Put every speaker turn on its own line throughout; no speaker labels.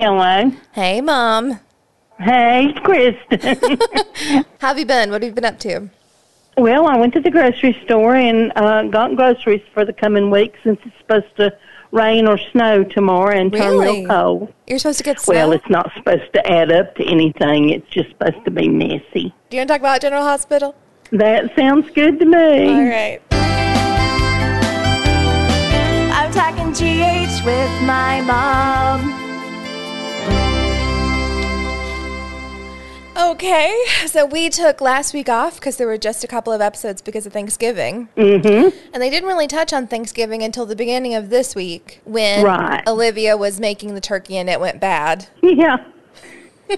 Hello.
Hey, Mom.
Hey, Kristen.
How have you been? What have you been up to?
well, I went to the grocery store and uh, got groceries for the coming week since it's supposed to rain or snow tomorrow and turn
Really?
real cold.
You're supposed to get snow.
Well, it's not supposed to add up to anything. It's just supposed to be messy.
Do you want to talk about General Hospital?
That sounds good to me.
All right.
I'm talking GH with my mom.
Okay, so we took last week off because there were just a couple of episodes because of Thanksgiving. Mm-hmm. And they didn't really touch on Thanksgiving until the beginning of this week when
Right.
Olivia was making the turkey and it went bad.
Yeah. a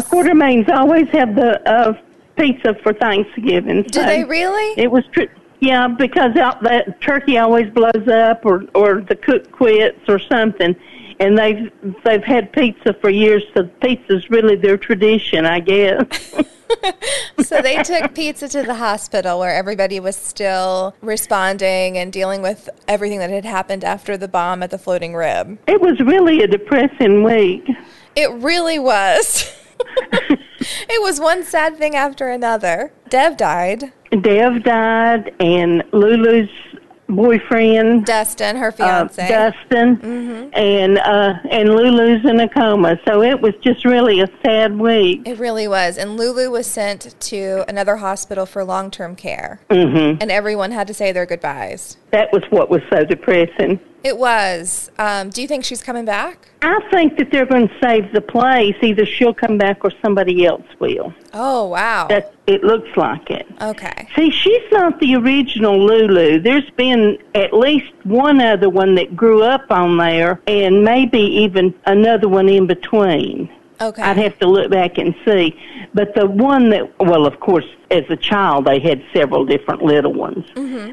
quartermains always have the uh, pizza for Thanksgiving.
Did
so
they really?
It was tr Yeah, because out that turkey always blows up, or or the cook quits, or something, and they've they've had pizza for years. So pizza's really their tradition, I guess.
so they took pizza to the hospital where everybody was still responding and dealing with everything that had happened after the bomb at the floating rib.
It was really a depressing week.
It really was. it was one sad thing after another. Dev died.
Dev died, and Lulu's boyfriend
Dustin, her
uh,
fiance.
Dustin, and uh, and Lulu's in a coma. So it was just really a sad week.
It really was. And Lulu was sent to another hospital for long term care.
Mm-hmm.
And everyone had to say their goodbyes.
That was what was so depressing.
It was. Um, do you think she's coming back?
I think that they're going to save the place. Either she'll come back or somebody else will.
Oh, wow.
That it looks like it.
Okay.
See, she's not the original Lulu. There's been at least one other one that grew up on there, and maybe even another one in between.
Okay.
I'd have to look back and see. But the one that, well, of course, as a child, they had several different little ones.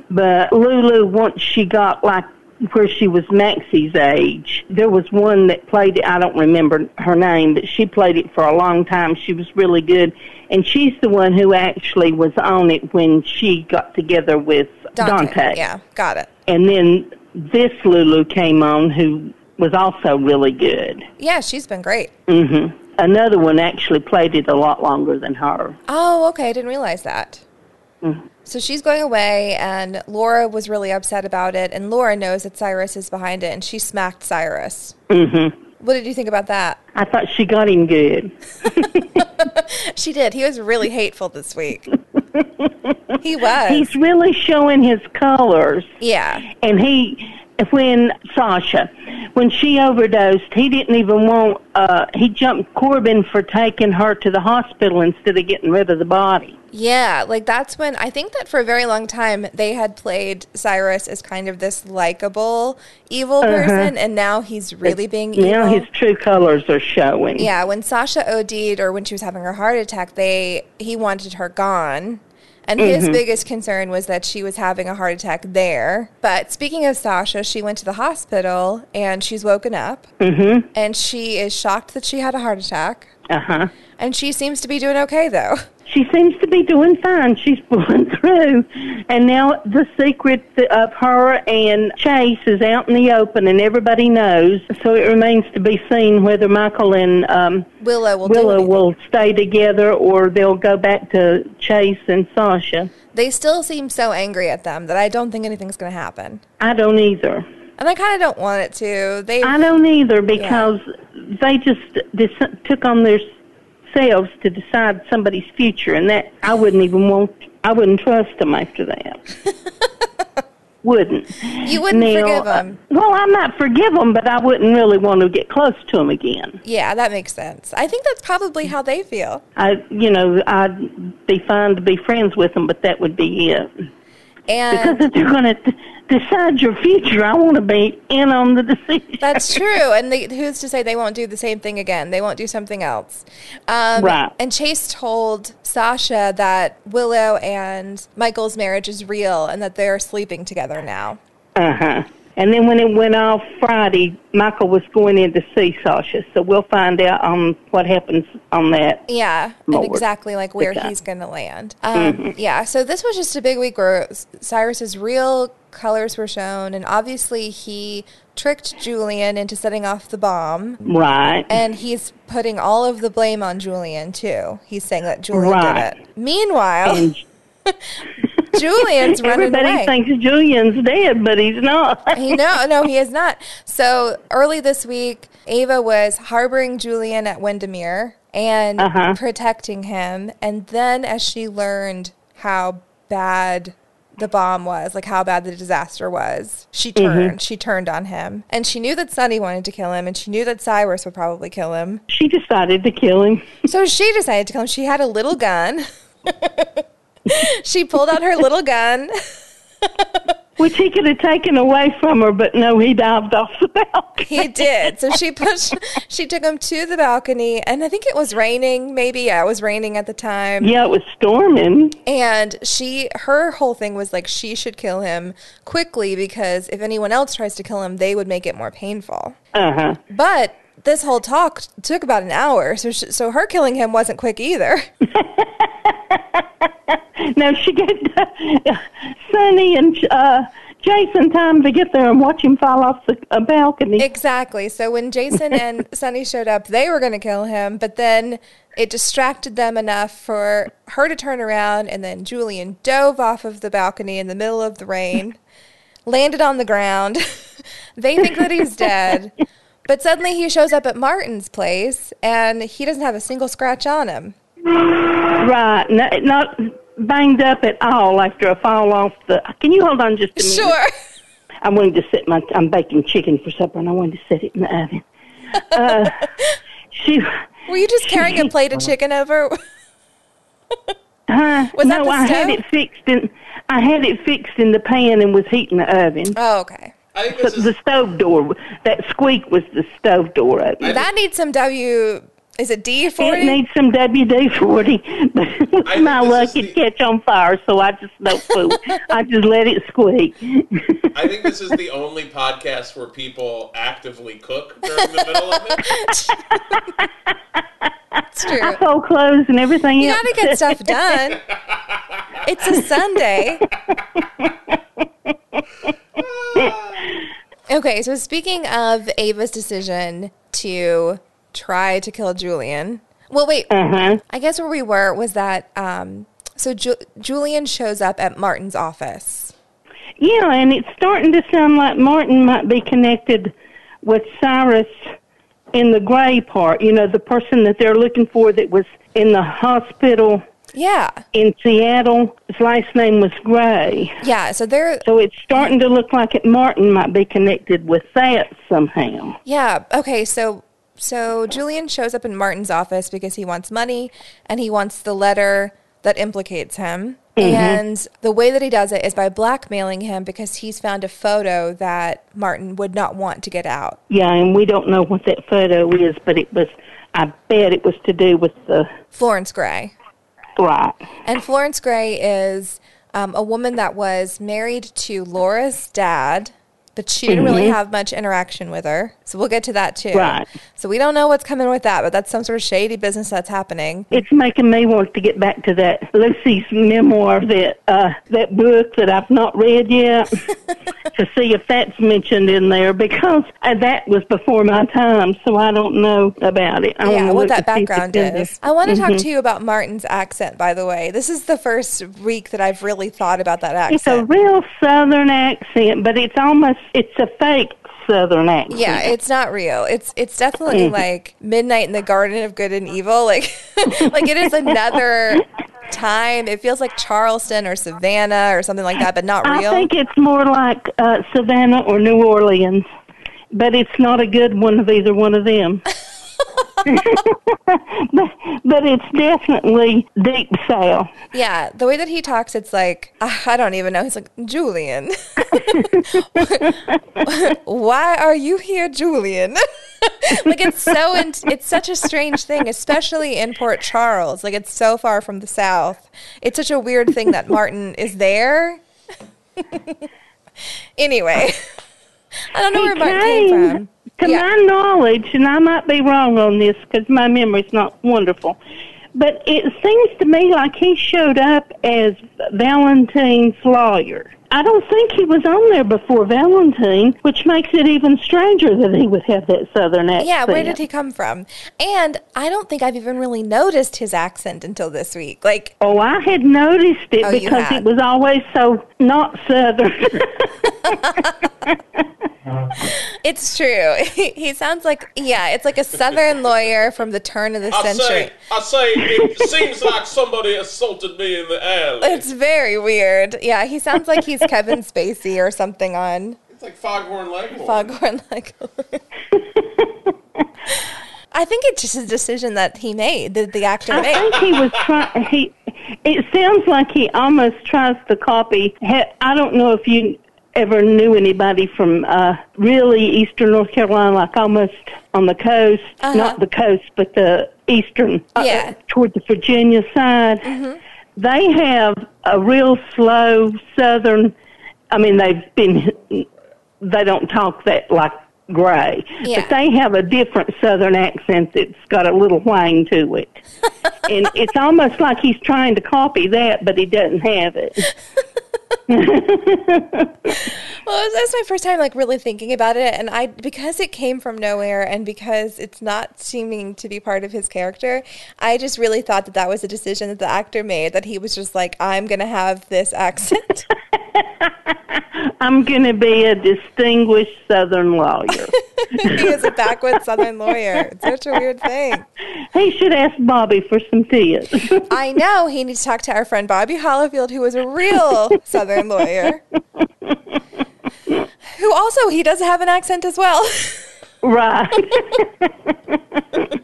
But Lulu, once she got like where she was Maxie's age, there was one that played it. I don't remember her name, but she played it for a long time. She was really good. And she's the one who actually was on it when she got together with Dante.
Yeah, got it.
And then this Lulu came on who was also really good.
Yeah, she's been great.
Another one actually played it a lot longer than her.
Oh, okay. I didn't realize that.
Mm.
So she's going away, and Laura was really upset about it. And Laura knows that Cyrus is behind it, and she smacked Cyrus. Mm-hmm. What did you think about that?
I thought she got him good.
She did. He was really hateful this week. he was.
He's really showing his colors.
yeah.
And he, when Sasha, when she overdosed, he didn't even want, uh, he jumped Corbin for taking her to the hospital instead of getting rid of the body.
Yeah. Like, that's when I think that for a very long time, they had played Cyrus as kind of this likable, evil person, and now he's really being evil.
Uh-huh. Now his true colors are showing.
Yeah, when Sasha OD'd or when she was having her heart attack, they he wanted her gone. And
Mm-hmm.
his biggest concern was that she was having a heart attack there. But speaking of Sasha, she went to the hospital and she's woken up. Mm-hmm. And she is shocked that she had a heart attack.
Uh huh.
And she seems to be doing okay, though.
She seems to be doing fine. She's pulling through. And now the secret of her and Chase is out in the open and everybody knows. So it remains to be seen whether Michael and um,
Willow will do
Willow
anything.
will stay together or they'll go back to Chase and Sasha.
They still seem so angry at them that I don't think anything's going to happen.
I don't either.
And I kind of don't want it to. They
I don't either because they just dis- took on their selves to decide somebody's future, and that I wouldn't even want. I wouldn't trust them after that. wouldn't.
You wouldn't
Now,
forgive
uh,
them.
well, I might forgive them, but I wouldn't really want to get close to them again.
Yeah, that makes sense. I think that's probably how they feel.
I, you know, I'd be fine to be friends with them, but that would be it.
And
Because if they're going to decide your future, I want to be in on the decision.
That's true. And they, who's to say they won't do the same thing again? They won't do something else. Um,
Right.
And Chase told Sasha that Willow and Michael's marriage is real and that they're sleeping together now.
Uh huh. And then when it went off Friday, Michael was going in to see Sasha. So we'll find out um, what happens on that.
Yeah, and
Lord. Mm-hmm.
exactly like where
Okay.
he's going to land. Um, Yeah, so this was just a big week where S- Cyrus's real colors were shown, and obviously he tricked Julian into setting off the bomb,
Right.
and he's putting all of the blame on Julian too. He's saying that Julian
Right.
did it. Meanwhile,
And
Julian's running
everybody
away.
thinks Julian's dead, but he's not.
he no no he is not so early this week ava was harboring julian at windermere and
Uh-huh.
protecting him and then as she learned how bad the bomb was like how bad the disaster was she
Mm-hmm.
turned she turned on him and she knew that sunny wanted to kill him and she knew that cyrus would probably kill him
she decided to kill him.
so she decided to kill him she had a little gun she pulled out her little gun
Which he could have taken away from her, but no, he dived off the balcony.
He did. So she pushed, she took him to the balcony, and I think it was raining, maybe. Yeah, it was raining at the time.
Yeah, it was storming.
And she, her whole thing was like, she should kill him quickly because if anyone else tries to kill him, they would make it more painful.
Uh huh.
But this whole talk took about an hour. So, she, so her killing him wasn't quick either.
Now she gave Sonny and uh, Jason time to get there and watch him fall off the uh, balcony.
Exactly. So when Jason and Sunny showed up, they were going to kill him, but then it distracted them enough for her to turn around, and then Julian dove off of the balcony in the middle of the rain, landed on the ground. they think that he's dead, but suddenly he shows up at Martin's place, and he doesn't have a single scratch on him.
Right. No, not banged up at all after a fall off the. Can you hold on just a minute?
Sure.
I wanted to set my. I'm baking chicken for supper, and I wanted to set it in the oven. Uh, she.
Were you just carrying a plate of chicken over?
Huh?
Was that
no,
the
I had
stove?
it fixed in. I had it fixed in the pan and was heating the oven.
Oh, okay.
I think
The,
this is
the stove door. That squeak was the stove door open.
That needs some W. Is it D40?
It needs some WD forty, but with
think
my
this
luck
is
it
the-
catch on fire, so I just no fool. I just let it squeak.
I think this is the only podcast where people actively cook during the middle of it.
It's true.
I fold clothes and everything
You
else.
gotta get stuff done. It's a Sunday. Okay, so speaking of Ava's decision to try to kill Julian. Well, wait.
Uh-huh.
I guess where we were was that. Um, so Ju- Julian shows up at Martin's office.
Yeah, and it's starting to sound like Martin might be connected with Cyrus in the gray part. You know, the person that they're looking for that was in the hospital
Yeah,
in Seattle. His last name was Gray,
yeah. So they're
so it's starting to look like it. Martin might be connected with that somehow.
Yeah. Okay. So so Julian shows up in Martin's office because he wants money and he wants the letter that implicates him. And the way that he does it is by blackmailing him because he's found a photo that Martin would not want to get out.
Yeah, and we don't know what that photo is, but it was, I bet it was to do with the
Florence Gray.
right.
And Florence Gray is um, a woman that was married to Laura's dad, but she didn't really have much interaction with her. So we'll get to that too.
Right.
So we don't know what's coming with that, but that's some sort of shady business that's happening.
It's making me want to get back to that Lucy's memoir, that uh, that book that I've not read yet, to see if that's mentioned in there because uh, that was before my time, so I don't know about it. I
yeah,
wanna look
what that
to see if
background
it's in there.
is. I want to
Mm-hmm.
talk to you about Martin's accent, by the way. This is the first week that I've really thought about that
It's a
accent.
real Southern accent, but it's almost it's a fake Southern accent.
yeah, it's not real. It's it's definitely
Mm.
like Midnight in the Garden of Good and Evil. Like like it is another time. It feels like Charleston or Savannah or something like that, but not
I
real.
think it's more like uh, Savannah or New Orleans, but it's not a good one of either one of them. but, but it's definitely deep south.
yeah, the way that he talks, it's like ah, I I don't even know. He's like Julian. Why are you here, Julian? like it's so in, it's such a strange thing, especially in Port Charles. Like it's so far from the South. It's such a weird thing that Martin is there. anyway, I don't know where
It
Mark came from.
To
Yeah.
my knowledge, and I might be wrong on this because my memory's not wonderful, but it seems to me like he showed up as Valentine's lawyer. I don't think he was on there before Valentine, which makes it even stranger that he would have that southern accent.
Yeah, where did he come from? And I don't think I've even really noticed his accent until this week. Like,
Oh, I had noticed it
Oh, you
because
had.
it was always so not southern.
it's true. He, he sounds like, yeah, it's like a Southern lawyer from the turn of the
I
century.
say, I say, it seems like somebody assaulted me in the alley.
It's very weird. Yeah, he sounds like he's Kevin Spacey or something on
It's like Foghorn Leghorn.
Foghorn Leghorn. I think it's just a decision that he made, that the actor
I
made.
think he was trying. He. It sounds like he almost tries to copy. he- I don't know if you ever knew anybody from uh, really eastern North Carolina, like almost on the coast, not the coast, but the eastern,
Uh-huh.
uh,
Yeah. Mm-hmm.
toward the Virginia side. They have a real slow southern. I mean, they've been. They don't talk that like. Gray,
Yeah.
but they have a different Southern accent that's got a little whang to it and it's almost like he's trying to copy that, but he doesn't have it.
Well, that's my first time like really thinking about it, and I because it came from nowhere, and because it's not seeming to be part of his character, I just really thought that that was a decision that the actor made. That he was just like, I'm gonna have this accent.
I'm going to be a distinguished Southern lawyer.
he is a backwoods Southern lawyer. It's such a weird thing.
he should ask Bobby for some tips.
I know he needs to talk to our friend Bobby Hollifield, who was a real Southern lawyer. Who also he does have an accent as well.
right.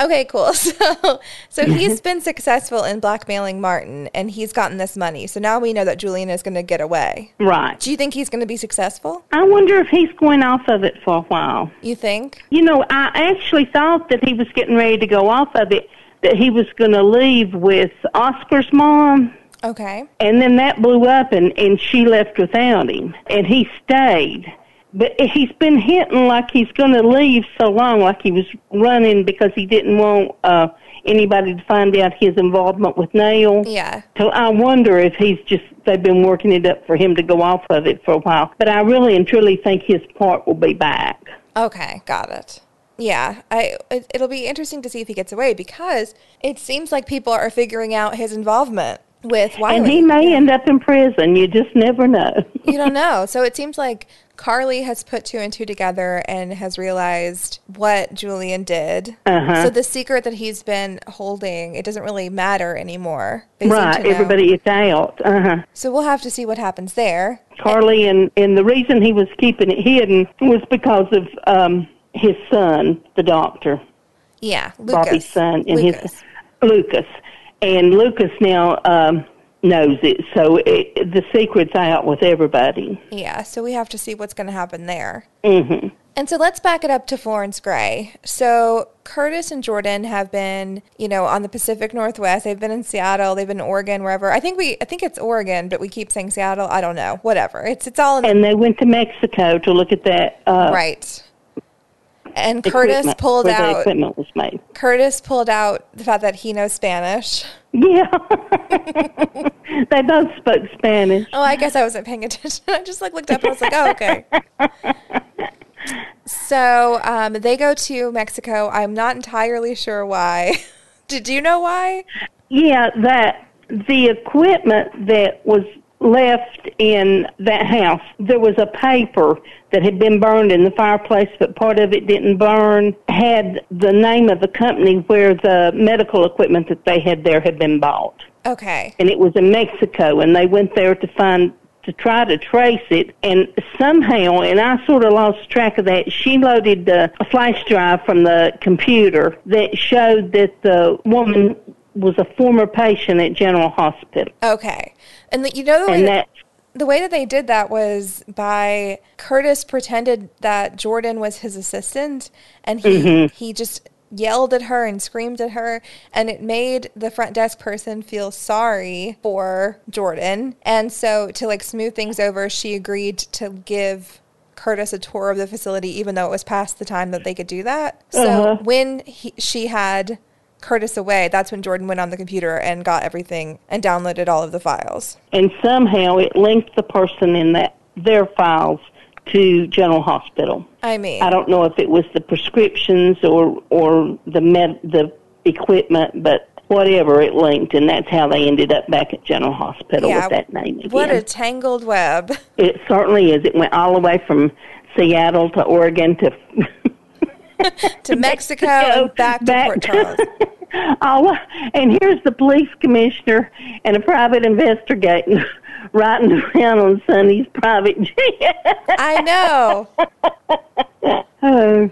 Okay, cool. So, so he's been successful in blackmailing Martin, and he's gotten this money. So now we know that Julian is going to get away.
right.
Do you think he's going to be successful?
I wonder if he's going off of it for a while.
You think?
You know, I actually thought that he was getting ready to go off of it, that he was going to leave with Oscar's mom.
Okay.
And then that blew up, and, and she left without him, and he stayed. But he's been hinting like he's going to leave so long, like he was running because he didn't want uh, anybody to find out his involvement with Nail.
Yeah.
So I wonder if he's just, they've been working it up for him to go off of it for a while. But I really and truly think his part will be back.
Okay, got it. Yeah, I it, it'll be interesting to see if he gets away because it seems like people are figuring out his involvement with Wiley.
And he may end up in prison. You just never know.
you don't know. So it seems like Carly has put two and two together and has realized what Julian did.
Uh-huh.
So the secret that he's been holding, it doesn't really matter anymore. They seem
right.
to know.
Everybody is out. Uh huh.
So we'll have to see what happens there.
Carly, and and the reason he was keeping it hidden was because of um his son, the doctor,
Yeah, Lucas.
Bobby's son, and
Lucas.
his Lucas, and Lucas now um knows it, so it, the secret's out with everybody.
Yeah, so we have to see what's going to happen there. Mm-hmm. And so let's back it up to Florence Gray. So Curtis and Jordan have been, you know, on the Pacific Northwest. They've been in Seattle. They've been in Oregon, wherever. I think we, I think it's Oregon, but we keep saying Seattle. I don't know. Whatever. It's it's all in
And they went to Mexico to look at that. Uh,
right. And Curtis
equipment
pulled
where the
out.
equipment was made. Curtis
Curtis pulled out the fact that he knows Spanish.
Yeah, they both spoke Spanish.
Oh, I guess I wasn't paying attention. I just like looked up and I was like, oh, okay. So um, they go to Mexico. I'm not entirely sure why. Did you know why?
Yeah, that the equipment that was left in that house, there was a paper that had been burned in the fireplace, but part of it didn't burn, had the name of the company where the medical equipment that they had there had been bought.
Okay.
And it was in Mexico, and they went there to find. To try to trace it, and somehow, and I sort of lost track of that. She loaded the a flash drive from the computer that showed that the woman was a former patient at General Hospital,
Okay. And the, you know the way
and
that,
that
the way that they did that was by Curtis pretended that Jordan was his assistant, and he he just yelled at her and screamed at her, and it made the front desk person feel sorry for Jordan, and so to like smooth things over, she agreed to give. Curtis a tour of the facility, even though it was past the time that they could do that. So
Uh-huh.
when he, she had Curtis away, that's when Jordan went on the computer and got everything and downloaded all of the files.
and somehow it linked the person in that their files to General Hospital.
I mean,
I don't know if it was the prescriptions or or the med the equipment, but whatever it linked, and that's how they ended up back at General Hospital
Yeah.
with that name again.
what a tangled web.
it certainly is. It went all the way from Seattle to Oregon to
to Mexico and back to
back
Port
to-
Charles.
all. And here's the police commissioner and a private investigator riding around on Sonny's private jet.
I know.
Oh,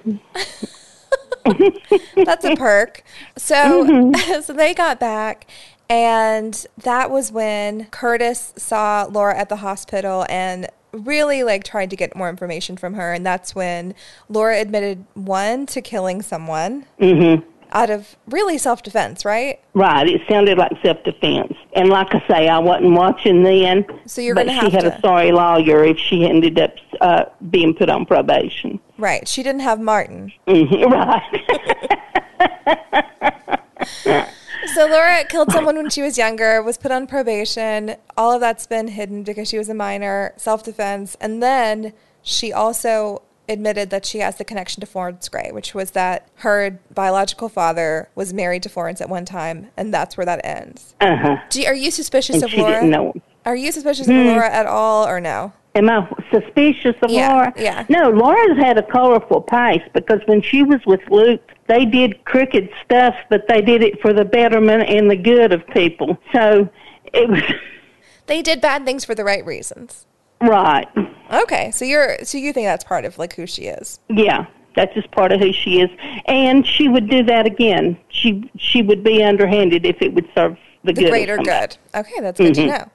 That's a perk. So so they got back and that was when Curtis saw Laura at the hospital and really like tried to get more information from her and that's when Laura admitted one to killing someone Mm-hmm. out of really self-defense, right?
Right, it sounded like self defense. And like I say, I wasn't watching then.
So you're
but
gonna
she
have
had
to-
a sorry lawyer if she ended up uh, being put on probation.
Right. She didn't have Martin.
Mhm, right.
So Laura killed someone when she was younger, was put on probation. All of that's been hidden because she was a minor, self defense. And then she also admitted that she has the connection to Florence Gray, which was that her biological father was married to Florence at one time, and that's where that ends.
Uh-huh.
Do you, are you suspicious
And
of
she
Laura?
didn't know Hmm. him.
Are you suspicious of Laura at all or no?
Am I suspicious of
Yeah,
Laura?
yeah.
No, Laura's had a colorful past because when she was with Luke, they did crooked stuff, but they did it for the betterment and the good of people. So it was
They did bad things for the right reasons.
right.
Okay, so you're so you think that's part of like who she is.
Yeah, that's just part of who she is, and she would do that again. She she would be underhanded if it Mm-hmm. would serve the,
the
good. of
greater
somebody.
good. Okay, that's good to know.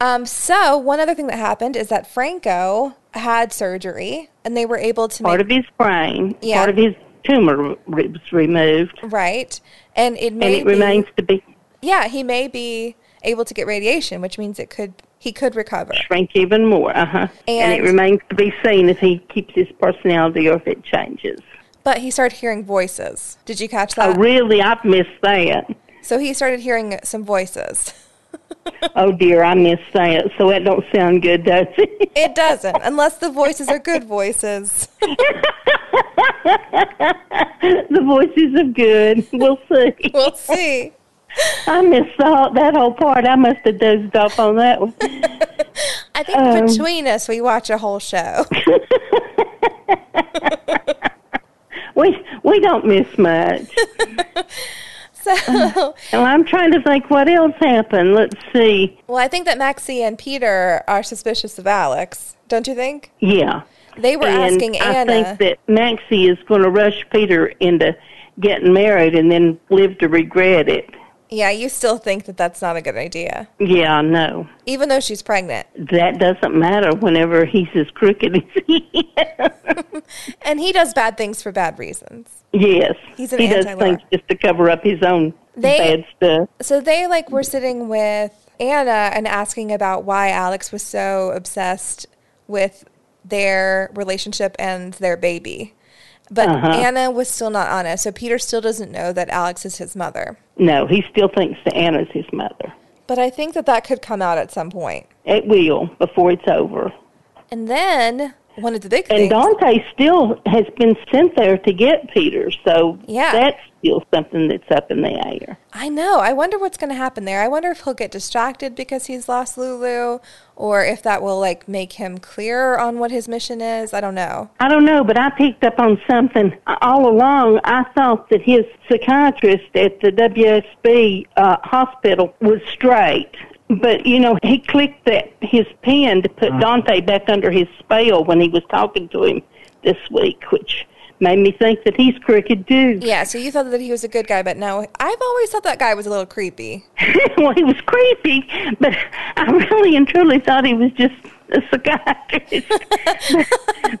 Um, so one other thing that happened is that Franco had surgery, and they were able to
Part
make
of his brain,
Yeah.
part of his tumor re- was removed,
right, and it
and
may
it
be-
remains to be
Yeah, he may be able to get radiation, which means it could he could recover.
shrink even more. Uh huh. And,
And-
it remains to be seen if he keeps his personality or if it changes.
But he started hearing voices. Did you catch
Oh,
that?
really? I've missed that.
so he started hearing some voices.
Oh dear, I missed that. So that don't sound good, does it?
It doesn't, unless the voices are good voices.
the voices of good. We'll see.
We'll see.
I missed the whole, that whole part. I must have dozed off on that one.
I think
Um
between us, we watch a whole show.
We we don't miss much.
So.
And I'm trying to think what else happened. Let's see.
Well, I think that Maxie and Peter are suspicious of Alex, don't you think?
Yeah.
They were
and
asking
I
Anna.
think that Maxie is going to rush Peter into getting married and then live to regret it.
yeah, you still think that that's not a good idea,
Yeah, I know.
even though she's pregnant.
That doesn't matter whenever he's as crooked as he is.
And he does bad things for bad reasons.
yes.
He's an
he does
anti-Laura.
things just to cover up his own
They-
bad stuff.
So they like were sitting with Anna and asking about why Alex was so obsessed with their relationship and their baby. But
Uh-huh.
Anna was still not honest. So Peter still doesn't know that Alex is his mother.
No, he still thinks that Anna's his mother.
But I think that that could come out at some point.
It will before it's over.
And then one of the big
And
things.
Dante still has been sent there to get Peter, so
Yeah.
that's still something that's up in the air.
I know. I wonder what's going to happen there. I wonder if he'll get distracted because he's lost Lulu or if that will like make him clearer on what his mission is. I don't know.
I don't know, but I picked up on something all along. I thought that his psychiatrist at the WSB uh, hospital was straight, but you know he clicked that his pen to put Dante back under his spell when he was talking to him this week, which made me think that he's crooked too.
Yeah, so you thought that he was a good guy, but now I've always thought that guy was a little creepy.
well, he was creepy, but I really and truly thought he was just a psychiatrist.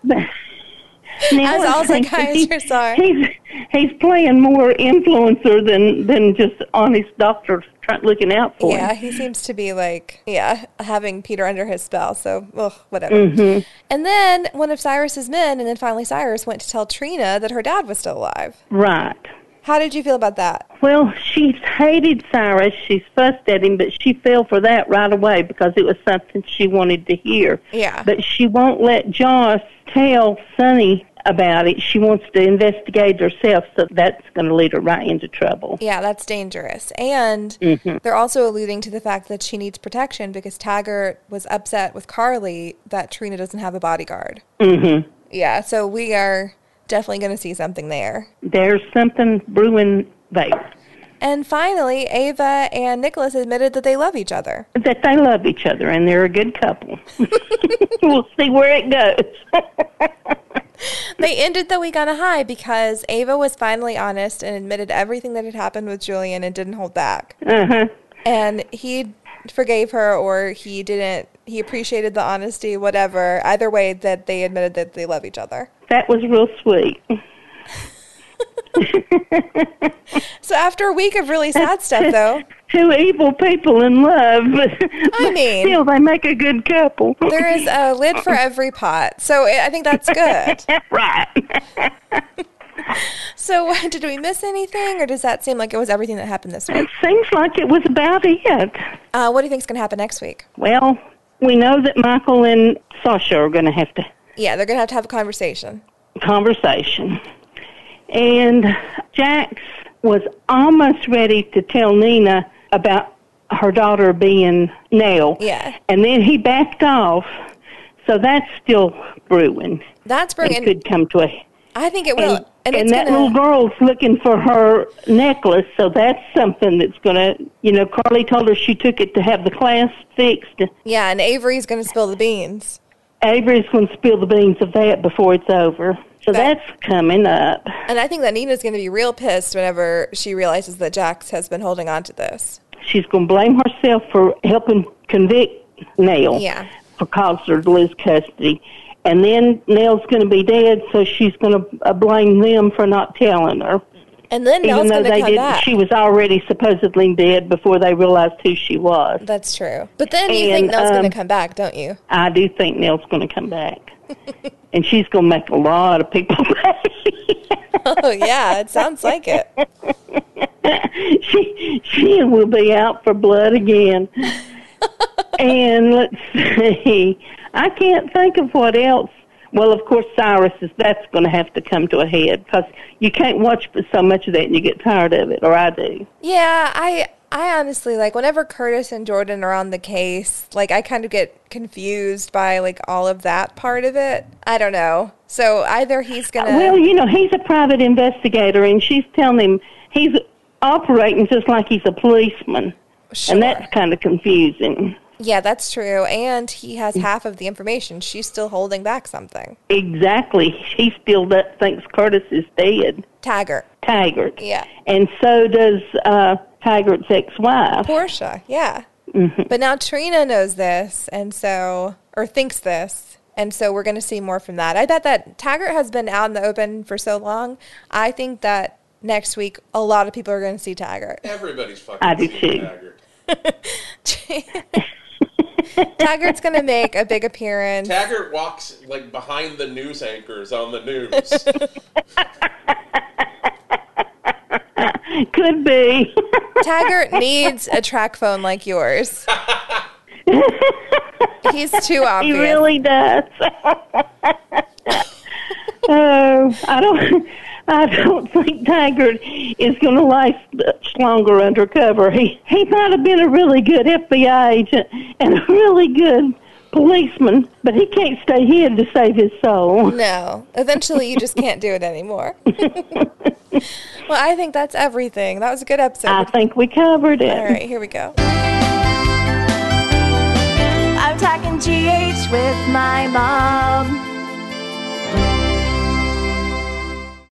but, Now
As
I
all
think that he-
psychiatrists are.
He's he's playing more influencer than than just honest doctors trying looking out for
Yeah,
him.
he seems to be like, yeah, having Peter under his spell. So, ugh, whatever. And then one of Cyrus's men, and then finally Cyrus went to tell Trina that her dad was still alive.
Right.
How did you feel about that?
Well, she's hated Cyrus. She's fussed at him, but she fell for that right away because it was something she wanted to hear.
Yeah.
But she won't let Joss tell Sonny about it. She wants to investigate herself, so that's going to lead her right into trouble.
Yeah, that's dangerous. And they're also alluding to the fact that she needs protection because Taggart was upset with Carly that Trina doesn't have a bodyguard. Mm-hmm. Yeah, so we are definitely going to see something there.
There's something brewing there
And finally, Ava and Nicholas admitted that they love each other.
that they love each other and they're a good couple. we'll see where it goes.
They ended the week on a high because Ava was finally honest and admitted everything that had happened with Julian and didn't hold back.
Uh-huh.
And he forgave her or he didn't. He appreciated the honesty, whatever. Either way, that they admitted that they love each other.
that was real sweet.
So after a week of really sad stuff, though,
Two evil people in love. I
mean-
still they make a good couple.
there is a lid for every pot. So I I think that's good.
right.
So did we miss anything, or does that seem like it was everything that happened this week?
It seems like it was about it.
Uh, what do you think's going to happen next week?
Well, we know that Michael and Sasha are going to have to
Yeah, they're going to have to have a conversation.
conversation. And Jax was almost ready to tell Nina about her daughter being Nell.
Yeah.
And then he backed off. So that's still brewing.
That's
It
bringing.
could come to a
I think it will.
and,
And,
and
it's
that
gonna,
little girl's looking for her necklace, so that's something that's going to, you know, Carly told her she took it to have the class fixed.
yeah, and Avery's going to spill the beans.
Avery's going to spill the beans of that before it's over. So
That-
that's coming up.
And I think that Nina's going to be real pissed whenever she realizes that Jax has been holding on to this.
She's going to blame herself for helping convict Nell
Yeah.
for causing her to lose custody. And then Nell's going to be dead, so she's going to uh, blame them for not telling her.
And then
Even
Nell's
though
going to
they
come
didn't,
back.
she was already supposedly dead before they realized who she was.
That's true. But then you think
And,
Nell's going
um,
to come back, don't you?
I do think Nell's going to come back. and she's going to make a lot of people mad.
Oh, yeah, it sounds like it.
she, she will be out for blood again. and let's see. I can't think of what else. Well, of course, Cyrus is that's going to have to come to a head because you can't watch so much of that and you get tired of it, or I do.
Yeah, I I honestly like whenever Curtis and Jordan are on the case, like I kind of get confused by like all of that part of it. I don't know. So either he's going to
Uh, Well, you know, he's a private investigator, and she's telling him he's operating just like he's a policeman,
sure.
and that's kind of confusing.
Yeah, that's true. And he has
Mm.
half of the information. She's still holding back something.
Exactly, he still that thinks Curtis is dead,
Taggart.
Taggart.
Yeah.
and so does uh, Taggart's ex-wife.
Portia. Yeah.
Mm-hmm.
But now Trina knows this and so or thinks this. And so we're going to see more from that. I bet that Taggart has been out in the open for so long. I think that next week a lot of people are going to see Taggart.
Everybody's fucking
I do
seen
too.
Taggart.
Taggart's going to make a big appearance.
Taggart walks like behind the news anchors on the news.
Could be.
Taggart needs a track phone like yours. He's too
He
obvious.
really does. oh, I don't. I don't think Taggart is going to last much longer undercover. He he might have been a really good FBI agent and a really good policeman, but he can't stay hid to save his soul.
No. Eventually, you just can't do it anymore. well, I think that's everything. That was a good episode.
I think we covered it.
All right, here we go.
I'm talking GH with my mom.